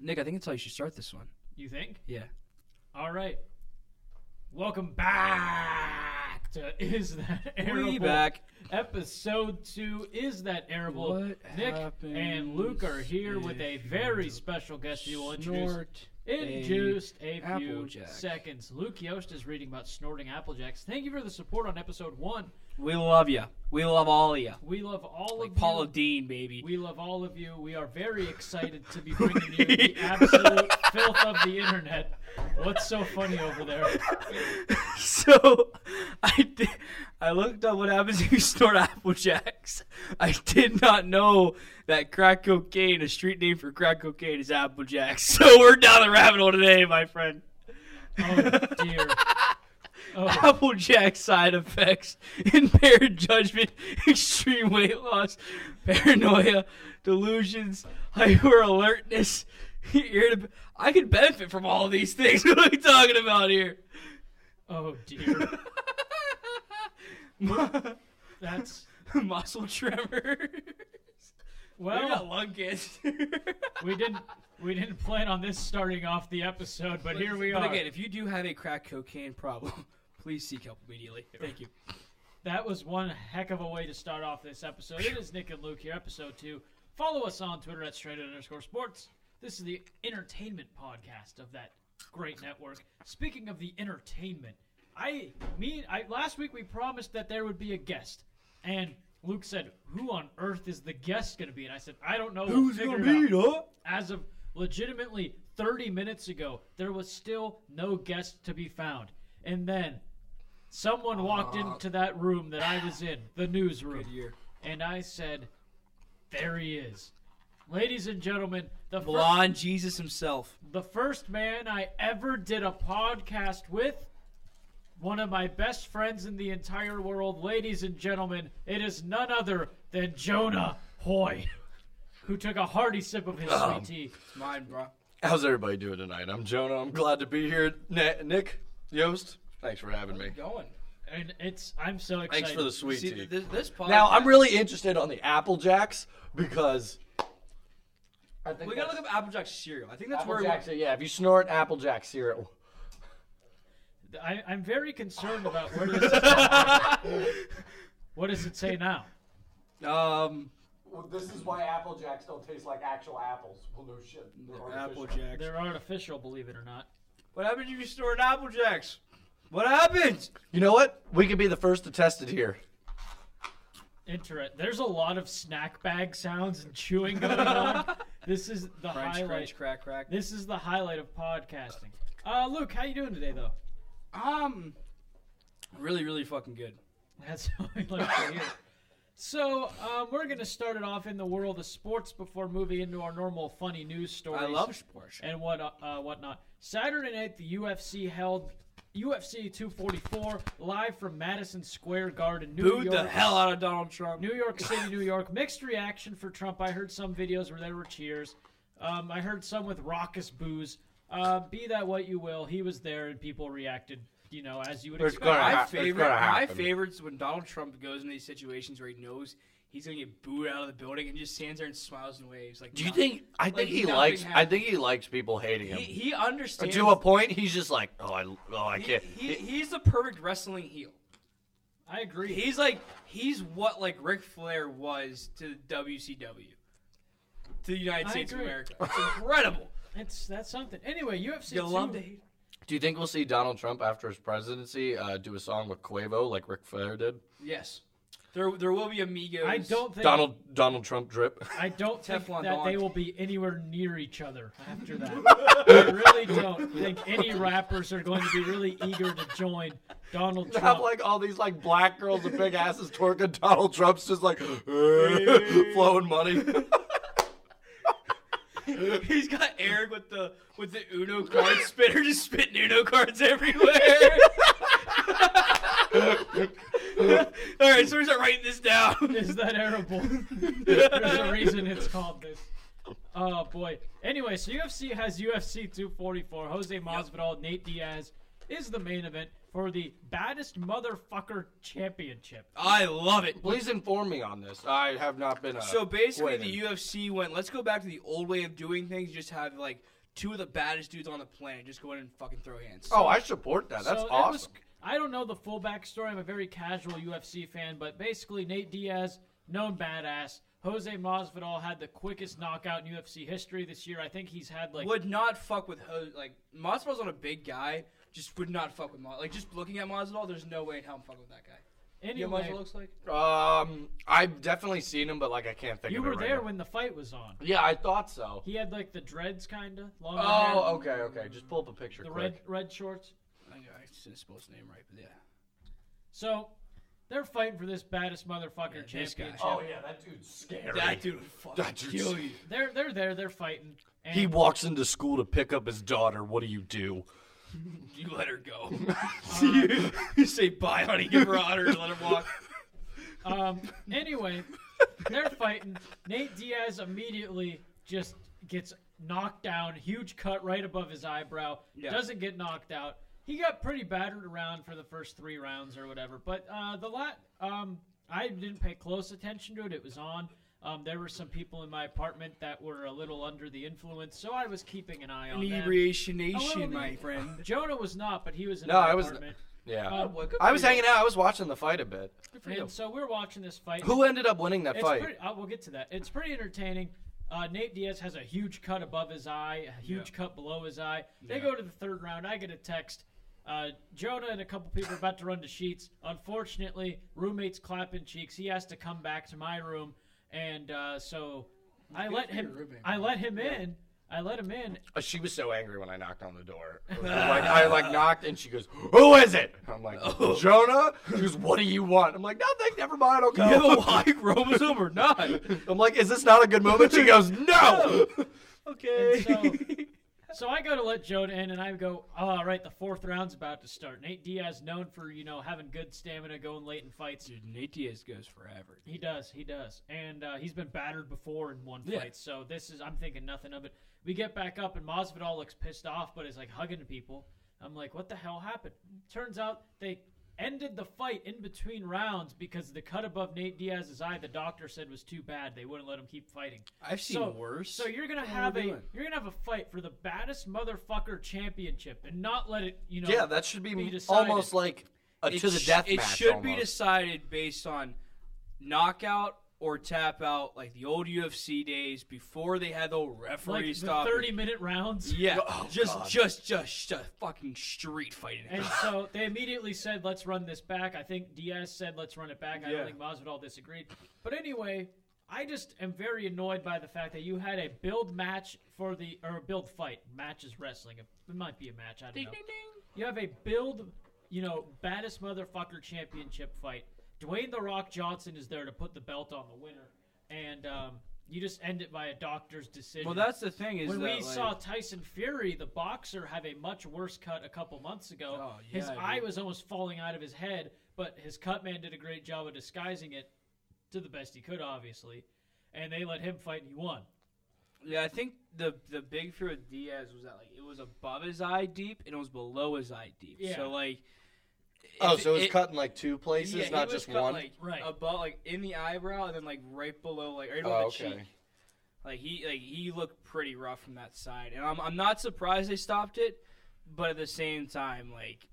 Nick, I think that's how you should start this one. You think? Yeah. All right. Welcome back to Is That Airable? We back. Episode 2 Is That Airable? What Nick happens and Luke are here with a if very you special guest you will introduce Snort in just a few Applejack. seconds. Luke Yost is reading about snorting Applejacks. Thank you for the support on episode 1. We love you. We love all of you. We love all Like of Paula you. Dean, baby. We love all of you. We are very excited to be bringing you the absolute filth of the internet. What's so funny over there? so I did, I looked up what happens if you snort Apple Jacks. I did not know that crack cocaine, a street name for crack cocaine, is Apple Jacks. So we're down the rabbit hole today, my friend. Oh dear. Oh, Applejack side effects, impaired judgment, extreme weight loss, paranoia, delusions, hyper alertness. irritab- I could benefit from all of these things. What are we talking about here? oh dear. That's Muscle tremor. I got well. lung cancer. We didn't we didn't plan on this starting off the episode, but here we But are. again, if you do have a crack cocaine problem, please seek help immediately. Thank you. That was one heck of a way to start off this episode. It is Nick and Luke here, episode two. Follow us on Twitter at straight underscore sports. This is the entertainment podcast of that great network. Speaking of the entertainment, I mean, I last week we promised that there would be a guest, and Luke said, "Who on earth is the guest going to be?" And I said, "I don't know. We'll figure it out." huh? as of legitimately 30 minutes ago, there was still no guest to be found. And then someone walked into that room that I was in, the newsroom, Ah. Good year. and I said, There he is. Ladies and gentlemen, the, fir- Blonde Jesus himself. the first man I ever did a podcast with, one of my best friends in the entire world, ladies and gentlemen, it is none other than Jonah Hoy, who took a hearty sip of his Um, sweet tea. It's mine, bro. How's everybody doing tonight? I'm Jonah. I'm glad to be here. Na- Nick, Yost, thanks for having me. Going. And it's I'm so excited. Thanks for the sweet See, tea. th- this, this podcast. now, I'm really interested on the Apple Jacks because I think We gotta look up Applejack cereal. I think that's Apple where Jacks. Yeah, if you snort Apple Jack cereal, I, I'm very concerned about where this. is going. what does it say now? we. Um, this is why Apple Jacks don't taste like actual apples. Well, no shit. Applejacks. They're artificial, believe it or not. What happens if you store an Applejacks? What happens? You know what? We could be the first to test it here. Internet. There's a lot of snack bag sounds and chewing going on. This is the Crunch, highlight. crunch, crack, crack. This is the highlight of podcasting. Uh, Luke, how you doing today, though? Um, really, really fucking good. That's what we like to hear. So um, we're gonna start it off in the world of sports before moving into our normal funny news stories. I love sports. and what uh, whatnot. Saturday night, the UFC held UFC 244 live from Madison Square Garden, New Booed York. the hell out of Donald Trump. New York City, New York. Mixed reaction for Trump. I heard some videos where there were cheers. Um, I heard some with raucous boos. Uh, be that what you will, he was there and people reacted, you know, as you would There's expect. gonna my ha- it's favorite, gonna my happen. favorite's when Donald Trump goes in these situations where he knows he's gonna get booed out of the building and just stands there and smiles and waves. Like, Do you "Nah." think? I think Like, he nothing likes. I happened. think he likes people hating him. he, he understands? to a point, he's just like, oh, I, oh, I he, can't. he, he's the perfect wrestling heel. I agree. He's like he's what like Ric Flair was to WCW, to the United I States of agree. America. It's incredible. it's that's something. Anyway, UFC. You love 2 to hate. Do you think we'll see Donald Trump after his presidency uh, do a song with Quavo like Ric Flair did? Yes, there there will be amigos. I don't think Donald Donald Trump drip. I don't think Teflon that they Don. will be anywhere near each other after that. I really don't think any rappers are going to be really eager to join Donald Have Trump. like all these like black girls with big asses twerking. Donald Trump's just like flowing money. He's got Eric with the with the Uno card spitter, just spitting Uno cards everywhere. All right, so we start writing this down. Is that arable? There's a reason it's called this. Oh boy. Anyway, so UFC has UFC 244. Jose Masvidal, Nate Diaz is the main event. for the baddest motherfucker championship. I love it. Please inform me on this. I have not been. Uh, So basically, waiting. the UFC went, let's go back to the old way of doing things. Just have like two of the baddest dudes on the planet just go in and fucking throw hands. Oh, I support that. That's So it awesome. was- I don't know the full backstory. I'm a very casual UFC fan, but basically Nate Diaz, known badass. Jose Masvidal had the quickest knockout in UFC history this year. I think he's had like would not fuck with Ho- like Masvidal's not a big guy. Just would not fuck with Mas. Like just looking at Masvidal, there's no way in hell I'm fucking with that guy. You know what Masvidal anyway. looks like? Um, I've definitely seen him, but like I can't think. You of it were right there now. when the fight was on. Yeah, I thought so. He had like the dreads, kind of long. hair, Oh, okay, okay. Just pull up a picture The quick. red red shorts. I, I just spelled his name right, but yeah. So they're fighting for this baddest motherfucker Yeah, this guy. championship. Oh yeah, that dude's scary. That dude would fucking That dude's- kill you. They're they're there. They're fighting. And He walks into school to pick up his daughter. What do you do? You let her go. you, you say bye, honey. Give her a hug, Let her walk. Um, anyway, they're fighting. Nate Diaz immediately just gets knocked down, huge cut right above his eyebrow. Yeah. Doesn't get knocked out. He got pretty battered around for the first three rounds or whatever. But uh, the lot, um, I didn't pay close attention to it. It was on. Um, there were some people in my apartment that were a little under the influence, so I was keeping an eye on them. Inebriation Hello, Nation, my Lee. friend. Jonah was not, but he was in No, my I was- apartment. Yeah, Um, Well, good I for was you. hanging out. I was watching the fight a bit. Good for you. And so we're watching this fight. Who ended up winning that It's fight? pretty. Uh, we'll get to that. It's pretty entertaining. Uh, Nate Diaz has a huge cut above his eye, a huge Yeah. cut below his eye. They Yeah. go to the third round. I get a text. Uh, Jonah and a couple people are about to run to sheets. Unfortunately, roommates clapping cheeks. He has to come back to my room, and uh, so I Good let for him. your roommate, I man. let him in. I let him in. Uh, she was so angry when I knocked on the door. Like I like knocked and she goes, "Who is it?" I'm like, Oh. "Jonah." She goes, "What do you want?" I'm like, "Nothing. Never mind. I'll You have a go." Y chromosome or not? I'm like, "Is this not a good moment?" She goes, "No." Okay. And So I go to let Jonah in, and I go, all right, the fourth round's about to start. Nate Diaz, known for you know having good stamina, going late in fights. Dude, Nate Diaz goes forever. He does, he does, and uh, he's been battered before in one fight. Yeah. So this is, I'm thinking nothing of it. We get back up, and Masvidal looks pissed off, but is like hugging people. I'm like, what the hell happened? Turns out they ended the fight in between rounds because the cut above Nate Diaz's eye, the doctor said was too bad. They wouldn't let him keep fighting. I've seen so, worse. So you're gonna What are have we a doing? you're gonna have a fight for the baddest motherfucker championship, and not let it, you know. Yeah, that should be, Be decided. almost like a It to the sh- death It match. should be almost. decided based on knockout or tap out, like the old UFC days before they had the referee like the stop. 30 minute rounds. yeah, Oh, just, God. just, just, just fucking street fighting. And so they immediately said, "Let's run this back." I think Diaz said, "Let's run it back." I Yeah. don't think Masvidal disagreed. But anyway, I just am very annoyed by the fact that you had a build match for the or a build fight. Match is wrestling. It might be a match. I don't know. You have a build, you know, baddest motherfucker championship fight. Dwayne the Rock Johnson is there to put the belt on the winner, and um, you just end it by a doctor's decision. well, that's the thing is When that we like, saw Tyson Fury, the boxer, have a much worse cut a couple months ago, Oh, yeah, his dude. eye was almost falling out of his head, but his cut man did a great job of disguising it to the best he could, obviously. And they let him fight and he won. yeah, I think the the big fear with Diaz was that like it was above his eye deep and it was below his eye deep. Yeah. So like, Oh, if so it's it- cut in like two places, yeah, he not was just cut, one. like, Right. above like in the eyebrow and then like right below like right Oh, above the okay. cheek. Like he like he looked pretty rough from that side, and I'm I'm not surprised they stopped it, but at the same time, like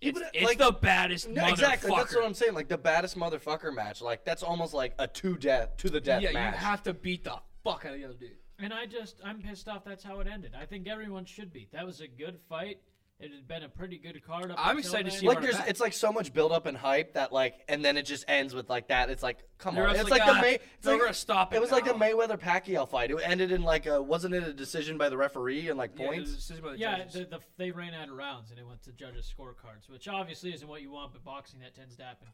Yeah, it's, but, it's like- the baddest No, motherfucker. exactly. That's what I'm saying. Like the baddest motherfucker match. Like that's almost like a to death to the death yeah, match. you have to beat the fuck out of the other dude. And I just, I'm pissed off that's how it ended. I think everyone should be. That was a good fight. It had been a pretty good card up. I'm until excited to then. see like run it there's, back. it's like so much build up and hype that like, and then it just ends with like that. It's like, come They're on, just it's like, like, "Ah, the May. It's they're like, gonna stop it It was like the now." Mayweather Pacquiao fight. It ended in like a wasn't it a decision by the referee and like Yeah, the points? decision by the Yeah, judges. the, the, they ran out of rounds and it went to judges' scorecards, which obviously isn't what you want, but boxing that tends to happen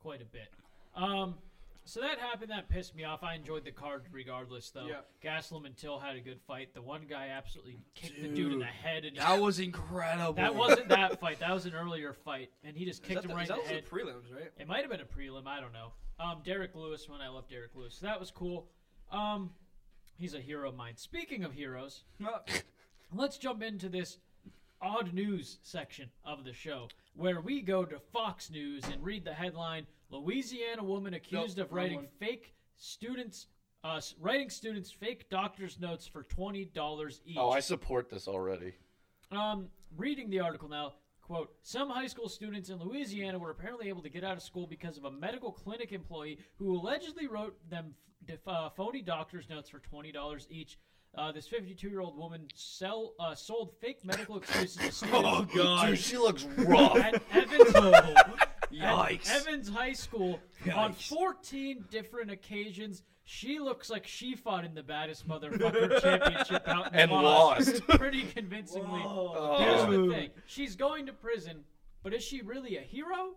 quite a bit. Um, so that happened. That pissed me off. I enjoyed the card regardless, though. Yeah. Gaslam and Till had a good fight. The one guy absolutely kicked the dude in the Dude, head, and that was incredible. that wasn't that fight. That was an earlier fight, and he just Is kicked that, the, him right is that in the was the head. prelims, right? It might have been a prelim. I don't know. Um, Derek Lewis when I love Derek Lewis. So that was cool. Um, he's a hero of mine. Speaking of heroes, No. let's jump into this odd news section of the show where we go to Fox News and read the headline Louisiana woman accused Nope, of wrong writing one. fake students uh, s- writing students fake doctor's notes for $20 each. Oh, I support this already. Um, reading the article now, quote, some high school students in Louisiana were apparently able to get out of school because of a medical clinic employee who allegedly wrote them f- def- uh, phony doctor's notes for $20 each. Uh, this 52-year-old woman sell, uh, sold fake medical excuses to students Dude, she looks rough. at Evans, Yikes. at Evans High School on Yikes. 14 different occasions. She looks like she fought in the baddest motherfucker championship out in And lost. pretty convincingly. Whoa. Oh. Here's the Dude. thing: she's going to prison, but is she really a hero,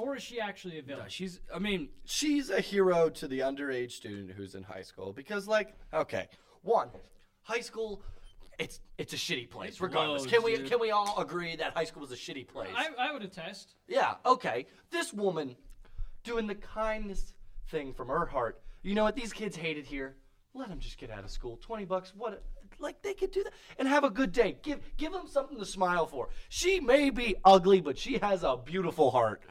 or is she actually a villain? She's. I mean, she's a hero to the underage student who's in high school because like okay one high school it's it's a shitty place regardless low, can we dude. can we all agree that high school is a shitty place I, I would attest. yeah okay this woman doing the kindness thing from her heart you know what these kids hated here let them just get out of school 20 bucks what a, like they could do that and have a good day give give them something to smile for she may be ugly but she has a beautiful heart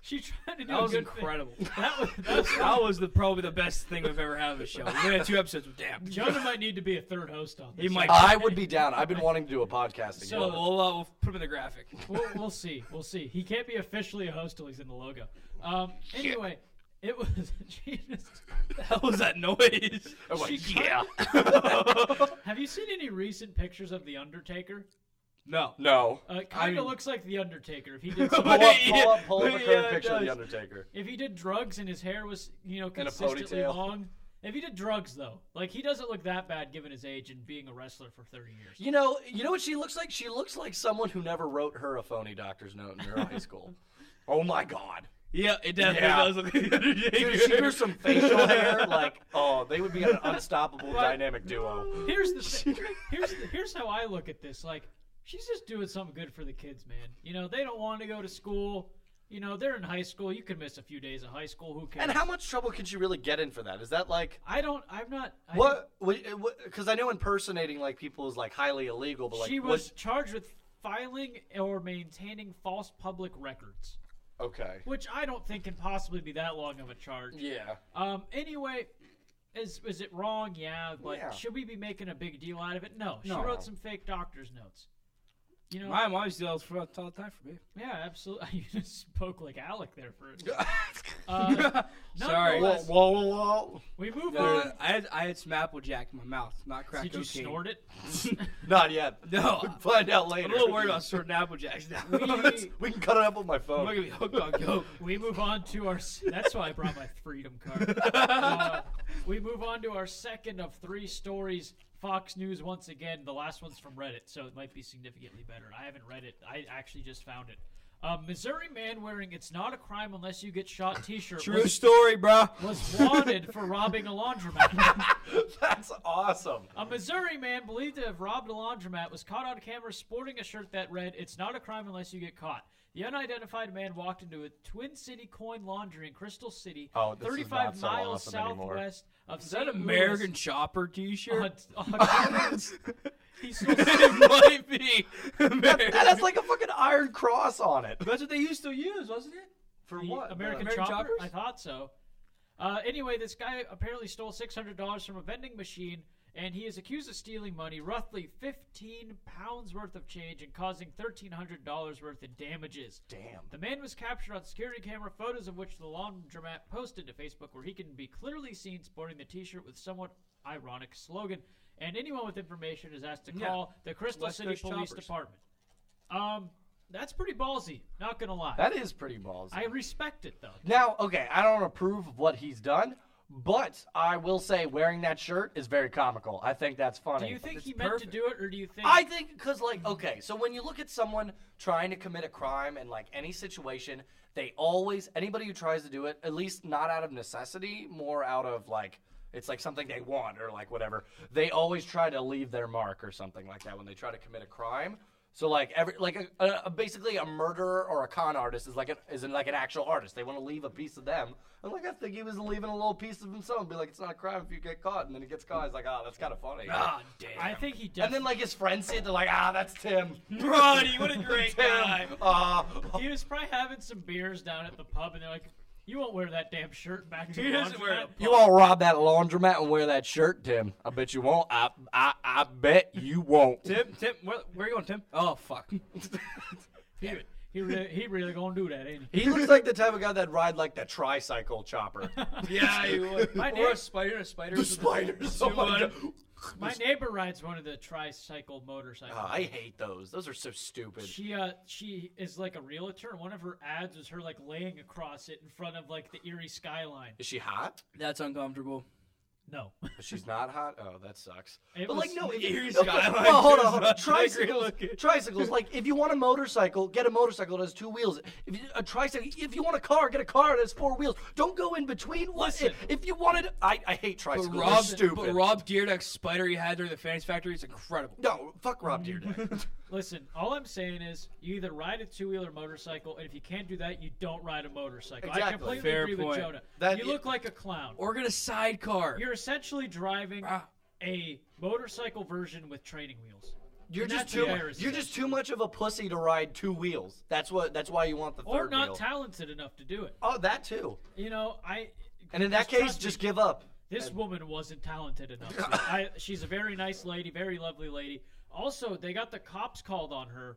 She tried to do that a was good incredible. Thing. That was, that was that was the probably the best thing we've ever had on the show. We had two episodes with damn. Jonah might need to be a third host on this. He might. i would be down i've been wanting to do a podcast again. so we'll, uh, we'll put him in the graphic. we'll, we'll see. We'll see. He can't be officially a host till he's in the logo. Um, anyway, it was she just- That was that noise. Like, She- yeah. Have you seen any recent pictures of the Undertaker? No. no. Uh, kind of mean- looks like the Undertaker if he did. Pull up, Some, pull up, pull up a Yeah, current it picture of the does. Undertaker. if he did drugs and his hair was you know a consistently ponytail. long. If he did drugs though, like he doesn't look that bad given his age and being a wrestler for thirty years. You know, you know what she looks like? She looks like someone who never wrote her a phony doctor's note in her high school. Oh my god. Yeah, it definitely Yeah. does look like the Undertaker. Dude, if she grew some facial hair, like, oh, they would be an unstoppable But- dynamic duo. Here's the thing. here's the, here's how I look at this. Like she's just doing something good for the kids, man. You know they don't want to go to school. You know they're in high school. You can miss a few days of high school. Who cares? And how much trouble could she really get in for that? Is that like I don't. I'm not. I, what? Because I know impersonating like people is like highly illegal, but like she what- was charged with filing or maintaining false public records, okay. which I don't think can possibly be that long of a charge. Yeah. Um. Anyway, is is it wrong? Yeah. But Yeah. should we be making a big deal out of it? No. She No. wrote some fake doctor's notes. You know. My mom always does for all the time for me. Yeah. Absolutely. You just spoke like Alec there for a Uh, Sorry. Whoa, Nonetheless, whoa, whoa, whoa. we move Uh, on. I had I had some Applejack in my mouth, not crack Did you cocaine. snort it? Not yet. No, Find out later. I'm a little worried about snorting Applejacks now. I'm not We, We can cut it up with my phone. gonna be hooked on coke. we move on to our. s- That's why I brought my freedom card. Uh, we move on to our second of three stories. Fox News once again. The last one's from Reddit, so it might be significantly better. I haven't read it. I actually just found it. A Missouri man wearing "It's not a crime unless you get shot" T-shirt True was, story, bro. was wanted for robbing a laundromat. That's awesome. A Missouri man believed to have robbed a laundromat was caught on camera sporting a shirt that read, It's not a crime unless you get caught. The unidentified man walked into a Twin City coin laundry in Crystal City, Oh, this is 35 not so miles awesome anymore. southwest of Is that American Chopper T-shirt? he sold, it might be. American. That has like a fucking iron cross on it. That's what they used to use, wasn't it? For the what? American, American chopper? Choppers? I thought so. Uh, anyway, this guy apparently stole six hundred dollars from a vending machine, and he is accused of stealing money, roughly fifteen pounds worth of change, and causing thirteen hundred dollars worth in damages. Damn. The man was captured on security camera photos of which the laundromat posted to Facebook, where he can be clearly seen sporting the T-shirt with somewhat ironic slogan. And anyone with information is asked to Yeah. call the Crystal West City Coast Police Choppers. Department. Um, that's pretty ballsy. Not gonna lie. That is pretty ballsy. I respect it though. now, okay, I don't approve of what he's done, but I will say wearing that shirt is very comical. I think that's funny. Do you think It's he meant perfect. to do it, or do you think? I think because like okay, so when you look at someone trying to commit a crime in like any situation, they always anybody who tries to do it, at least not out of necessity, more out of like it's like something they want or like whatever. They always try to leave their mark or something like that when they try to commit a crime. So like every like a, a, basically a murderer or a con artist is like an isn't like an actual artist. They want to leave a piece of them. And like I think he was leaving a little piece of himself. And be like, it's not a crime if you get caught. And then he gets caught. He's like, oh, that's kind of funny. God Ah, damn. I think he And definitely. then like his friends see it. They're like, ah, that's Tim. Ronnie, what a great Tim. guy. Ah. he was probably having some beers down at the pub, and they're like, "You won't wear that damn shirt back to He the doesn't wear it. laundromat." you all rob that laundromat and wear that shirt, Tim. I bet you won't. I I, I bet you won't. Tim, Tim, where, where are you going, Tim? Oh, fuck. He, he really, he really gonna do that, ain't he? He looks like the type of guy that'd ride like the tricycle chopper. yeah, you would. My or a dad- spider, a spider. the with a- spiders. Oh You my would. god. My neighbor rides one of the tricycle motorcycles. Oh, I hate those. Those are so stupid. She uh she is like a realtor. and One of her ads was her like laying across it in front of like the Erie skyline. Is she hot? That's uncomfortable. No, But she's not hot. Oh, that sucks. It but was like, no, if the you, Erie no, skyline well, hold is on, hold on. not that great Tricycles, looking. tricycles. Like, if you want a motorcycle, get a motorcycle that has two wheels. If you, a tricycle, if you want a car, get a car that has four wheels. Don't go in between. What Listen. if you wanted? I, I hate But tricycles. They're Rob, stupid. but Rob Deerdeck's spider he had during the Fantasy Factory is incredible. no, fuck Rob Deerdeck. listen. All I'm saying is you either ride a two wheeler motorcycle, and if you can't do that, you don't ride a motorcycle. I Exactly. completely Fair agree with point. Jonah. That- you look like a clown. Or get a sidecar. You're essentially driving Ah. a motorcycle version with training wheels. You're You're just not too. the mu- Irish You're just too much of a pussy to ride two wheels. That's what. That's why you want the third Or not wheel. talented enough to do it. oh, that too. You know, I. And in that Just trust case, me. just give up. This woman wasn't talented enough. I, she's a very nice lady, very lovely lady. Also, they got the cops called on her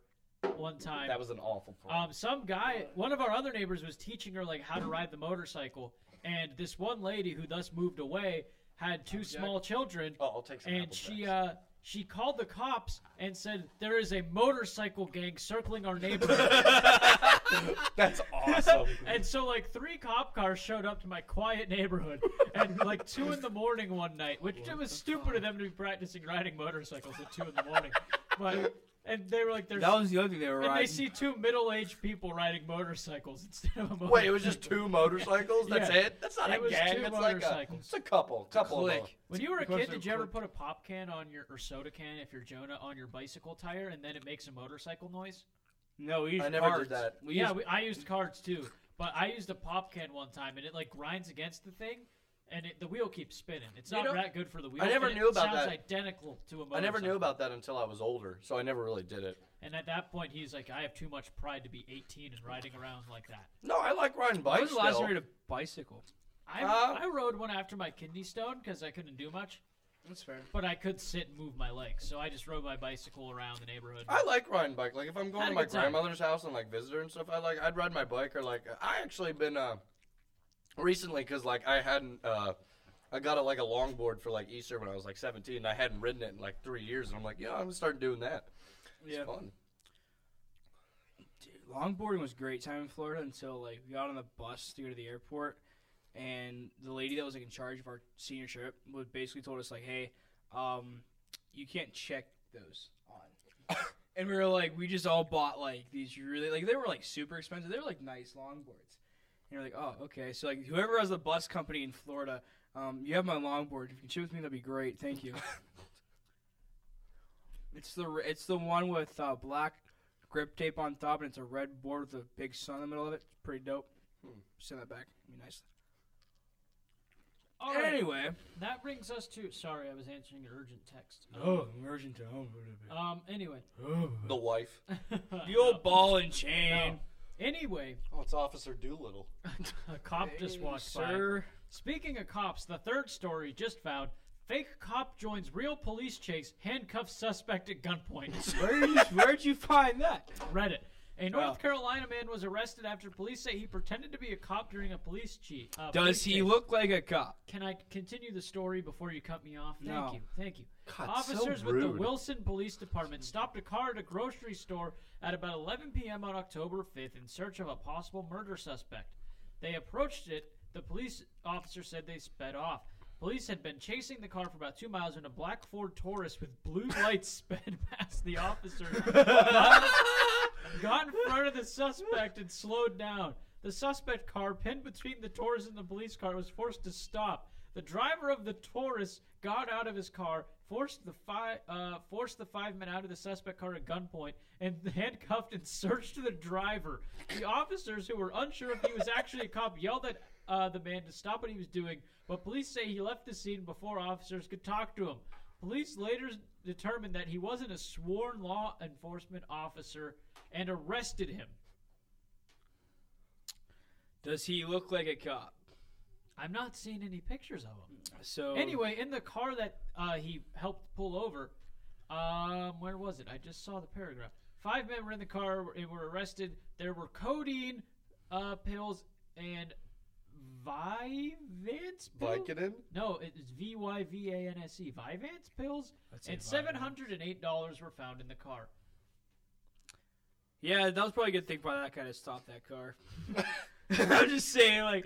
one time. That was an awful. Point. um, some guy, one of our other neighbors, was teaching her like how to ride the motorcycle, and this one lady who thus moved away had two small children, oh, I'll take some. and apple she packs. uh, she called the cops and said there is a motorcycle gang circling our neighborhood. That's awesome. and so like three cop cars showed up to my quiet neighborhood at like two in the morning one night, which it was stupid of them to be practicing riding motorcycles at two in the morning. But and they were like there's that was the other thing they were and riding. they see two middle aged people riding motorcycles instead of a motorcycle. Wait, it was just two motorcycles. That's Yeah. it. That's not It a was gang. two It's like a, motorcycles. it's a couple, couple. Of Click. when you were a Because kid, they're did you ever quick. put a pop can on your or soda can if you're Jonah on your bicycle tire and then it makes a motorcycle noise? No, we used I never did cards. that. We yeah, used- we, I used cards too, but I used a pop can one time, and it like grinds against the thing, and it, the wheel keeps spinning. It's You not know- that good for the wheel. never and knew it about sounds that. identical to a them. I motorcycle. never knew about that until I was older, so I never really did it. And at that point, he's like, "I have too much pride to be 18 and riding around like that." No, I like riding When bikes. was the last still. time you rode a bicycle? I, Uh, I rode one after my kidney stone because I couldn't do much, That's fair. but I could sit and move my legs, so I just rode my bicycle around the neighborhood. I like riding bike. Like if I'm going Had to a my good time. grandmother's house and like visit her and stuff, I like I'd ride my bike or like I actually been uh recently because like I hadn't uh I got a, like a longboard for like Easter when I was like 17. and I hadn't ridden it in like three years, and I'm like, yeah, I'm gonna start doing that. It's Yeah. fun. Dude, longboarding was a great time in Florida until like we got on the bus to go to the airport, and the lady that was like in charge of our senior trip was basically told us like, "Hey, um, you can't check those on." and we were like, we just all bought like these really like they were like super expensive. They were like nice longboards, and we're like, "Oh, okay." So like whoever has the bus company in Florida, um, you have my longboard. If you can ship it with me, that'd be great. Thank you. it's the r- it's the one with uh, black grip tape on top, and it's a red board with a big sun in the middle of it. It's pretty dope. Send that back. Be nice. All right, Anyway. that brings us to. Sorry, I was answering an urgent text. Oh, immersion to home. Um. Anyway. Oh. The wife. The old ball and chain. Anyway, Oh, it's Officer Doolittle. a cop just walked by. Sir. Speaking of cops, the third story just found. Fake cop joins real police chase, handcuffs suspect at gunpoint. Where'd you, where'd you find that? Reddit. A North Wow. Carolina man was arrested after police say he pretended to be a cop during a police cheat. Uh, Does police he chase. look like a cop? Can I continue the story before you cut me off? Thank No. you. Thank you. God, so Officers with the rude. Wilson Police Department stopped a car at a grocery store at about 11 p.m. on October 5th in search of a possible murder suspect. They approached it. The police officer said they sped off. Police had been chasing the car for about two miles when a black Ford Taurus with blue lights sped past the officer got in front of the suspect and slowed down. The suspect car, pinned between the Taurus and the police car, was forced to stop. The driver of the Taurus got out of his car, forced the five uh, forced the five men out of the suspect car at gunpoint, and handcuffed and searched the driver. The officers, who were unsure if he was actually a cop, yelled at uh, the man to stop what he was doing, but police say he left the scene before officers could talk to him. Police later determined that he wasn't a sworn law enforcement officer and arrested him. Does he look like a cop? I'm not seeing any pictures of him. So Anyway, in the car that uh, he helped pull over, um, where was it? I just saw the paragraph. Five men were in the car and were arrested. There were codeine uh, pills and Vyvanse pills? Vicodin? No, it's V Y V A N S E. Vyvanse pills I'd say and Vyvanse. seven hundred and eight dollars were found in the car. yeah, that was probably a good thing. Probably that kind of stopped that car. I'm just saying, like,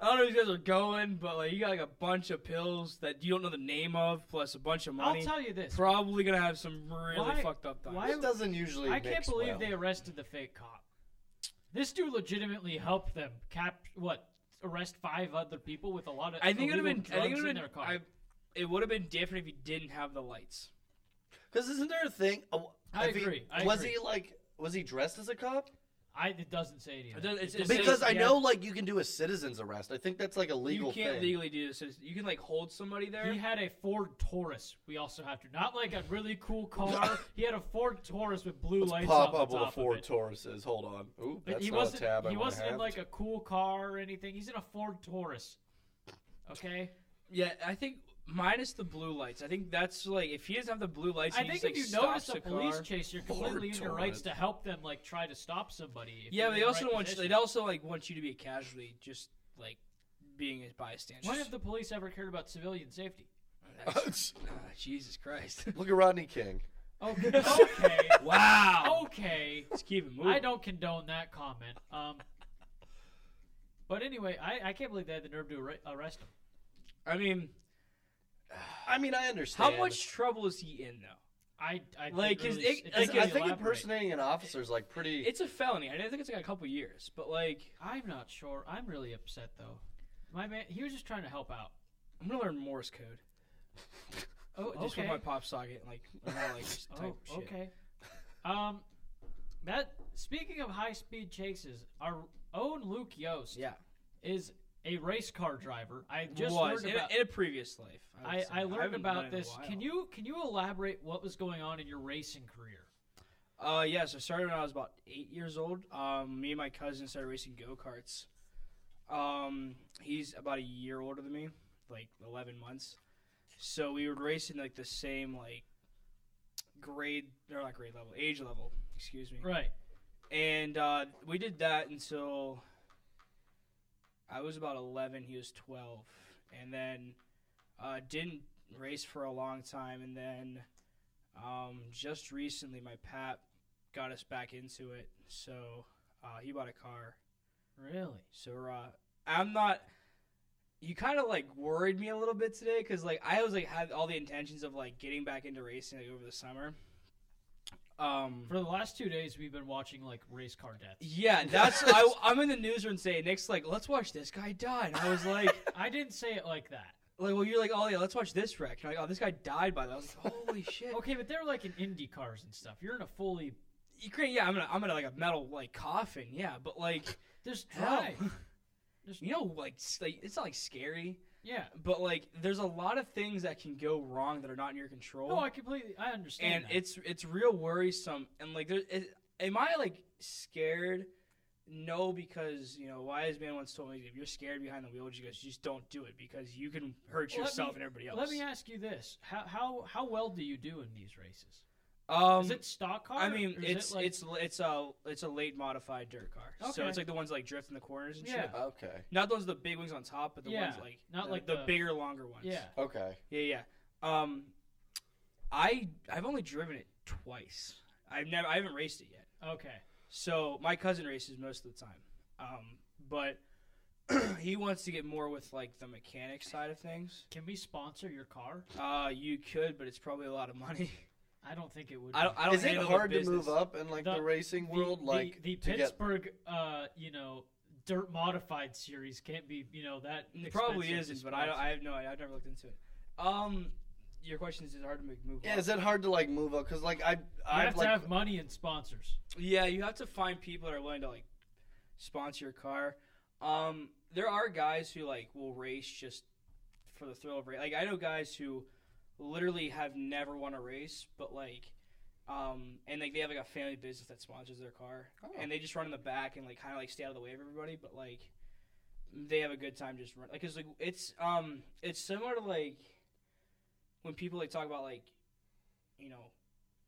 I don't know if you guys are going, but like, you got like a bunch of pills that you don't know the name of, plus a bunch of money. I'll tell you this. probably gonna have some really Why- fucked up times. why- It doesn't usually. I can't mix believe well. they arrested the fake cop. This dude legitimately helped them cap what arrest five other people with a lot of I think it illegal would have been. Oh, drugs I think it in would their have been. car. I, it would have been different if you didn't have the lights. Because isn't there a thing? oh, I if he- agree, I was agree. he like? Was he dressed as a cop? I- it doesn't say anything. It does- it's- it's- Because I yeah. know, like, you can do a citizen's arrest. I think that's like a legal you can't thing. legally do this. It's- You can like hold somebody there. he had a Ford Taurus. We also have to not like a really cool car. he had a Ford Taurus with blue Let's lights pop on up the with top a Ford of it. Tauruses. Hold on. Ooh, But that's he not wasn't. a tab I he wanna wasn't in have. like a cool car or anything. He's in a Ford Taurus. Okay. yeah, I think minus the blue lights. I think that's like if he doesn't have the blue lights, I he think just, if like, you notice stops a the police car. chase, you're Ford completely in your rights Taurus. to help them, like try to stop somebody. if Yeah, you're but in they the also right want you, position. they also like want you to be a casualty, just like being a bystander. When have the police ever cared about civilian safety? Ah, Jesus Christ! Look at Rodney King. Okay. okay. wow. Okay. Let's keep it moving. Oh. I don't condone that comment. Um. But anyway, I, I can't believe they had the nerve to arre- arrest him. I mean, I mean, I understand. how much trouble is he in though? I, I Like, didn't is really- it- it like, doesn't is- I really think elaborate. impersonating an officer is like pretty. It's a felony. I think it's like a couple years, but like I'm not sure. I'm really upset though. My man, he was just trying to help out. I'm gonna learn Morse code. Oh, Just okay. with my pop socket, and, like, I'm gonna, like just type oh, shit. okay. Um, that speaking of high speed chases, our own Luke Yost Yeah. is a race car driver. I just was learned in, a- about. in a previous life. would I, say. I learned haven't done about it in a this. while. Can you can you elaborate what was going on in your racing career? Uh, yeah, so I started when I was about eight years old. Um, me and my cousin started racing go karts. Um, he's about a year older than me, like 11 months. So we were racing like the same like grade or not grade level, age level, excuse me. Right. And uh, we did that until I was about 11. He was 12, and then uh, didn't race for a long time. And then um, just recently, my pap got us back into it. So uh, he bought a car. Really. So uh, I'm not. You kind of like worried me a little bit today because like I was like had all the intentions of like getting back into racing like over the summer. Um, For the last two days, we've been watching like race car deaths. yeah, that's I, I'm in the newsroom saying Nick's like, let's watch this guy die, and I was like, I didn't say it like that. like well you're like, oh yeah, let's watch this wreck, and I'm like, oh this guy died by that. I was like, holy shit. Okay, but they're like in Indy cars and stuff. You're in a fully You can yeah, I'm gonna I'm gonna like a metal like coffin, yeah, but like there's drive. hell, you know like, s- like it's not like scary, Yeah. but like there's a lot of things that can go wrong that are not in your control. No, I completely I understand. and it's it's real worrisome and like there is, am i like scared no because you know wise man once told me if you're scared behind the wheel you guys just don't do it because you can hurt Well, let yourself me- and everybody else Let me ask you this: how how how well do you do in these races? um is it stock car? i mean or is it's it like, it's it's a it's a late modified dirt car so Okay. it's like the ones that, like drift in the corners and shit Yeah. Okay. not those with the big wings on top but the ones Yeah, like not the, like the, the- bigger longer ones yeah. Okay. yeah yeah um i i've only driven it twice i've never i haven't raced it yet Okay. So my cousin races most of the time, um, but he wants to get more with like the mechanic side of things. Can we sponsor your car? Uh, you could, but it's probably a lot of money. I don't think it would. I don't. I don't Is it handle the hard to business. move up in like the, The- racing be. world? The, like the, the to get Pittsburgh, uh, you know, dirt modified series can't be, you know, that It probably expensive to isn't, but I, don't, sponsor. I have no. idea. I've never looked into it. Um, your question is, is it hard to make move? Yeah, up? is it hard to like move up? Cause like I, You I have like, to have money and sponsors. Yeah, you have to find people that are willing to like sponsor your car. Um, there are guys who like will race just for the thrill of race. Like I know guys who literally have never won a race, but like, um, and like they have like a family business that sponsors their car, Oh. and they just run in the back and like kind of like stay out of the way of everybody, but like they have a good time just run like it's like it's um it's similar to like when people like talk about like you know